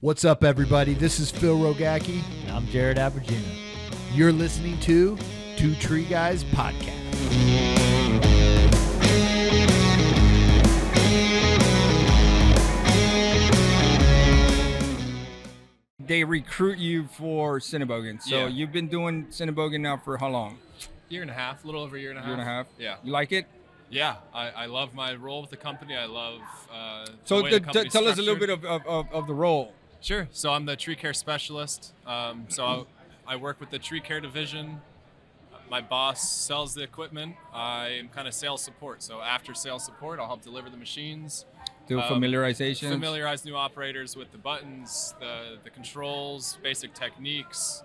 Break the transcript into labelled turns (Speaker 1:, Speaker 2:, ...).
Speaker 1: What's up, everybody? This is Phil Rogacki.
Speaker 2: And I'm Jared Abergina.
Speaker 1: You're listening to Two Tree Guys Podcast.
Speaker 3: they recruit you for Cinnabogan. So
Speaker 4: Yeah.
Speaker 3: you've been doing Cinnabogan now for how long?
Speaker 4: year and a half, a little over a year and a half.
Speaker 3: Year and a half.
Speaker 4: Yeah,
Speaker 3: You like it?
Speaker 4: yeah. I, I love my role with the company. I love. Uh,
Speaker 3: So
Speaker 4: the way
Speaker 3: the,
Speaker 4: the
Speaker 3: t-
Speaker 4: company's
Speaker 3: tell us a little
Speaker 4: structured.
Speaker 3: bit of, of, of, of the role.
Speaker 4: Sure. So I'm the tree care specialist. Um, so I, I work with the tree care division. My boss sells the equipment. I am kind of sales support. So after sales support, I'll help deliver the machines,
Speaker 3: Do
Speaker 4: Um,
Speaker 3: familiarization.
Speaker 4: familiarize new operators with the buttons, the the controls, basic techniques,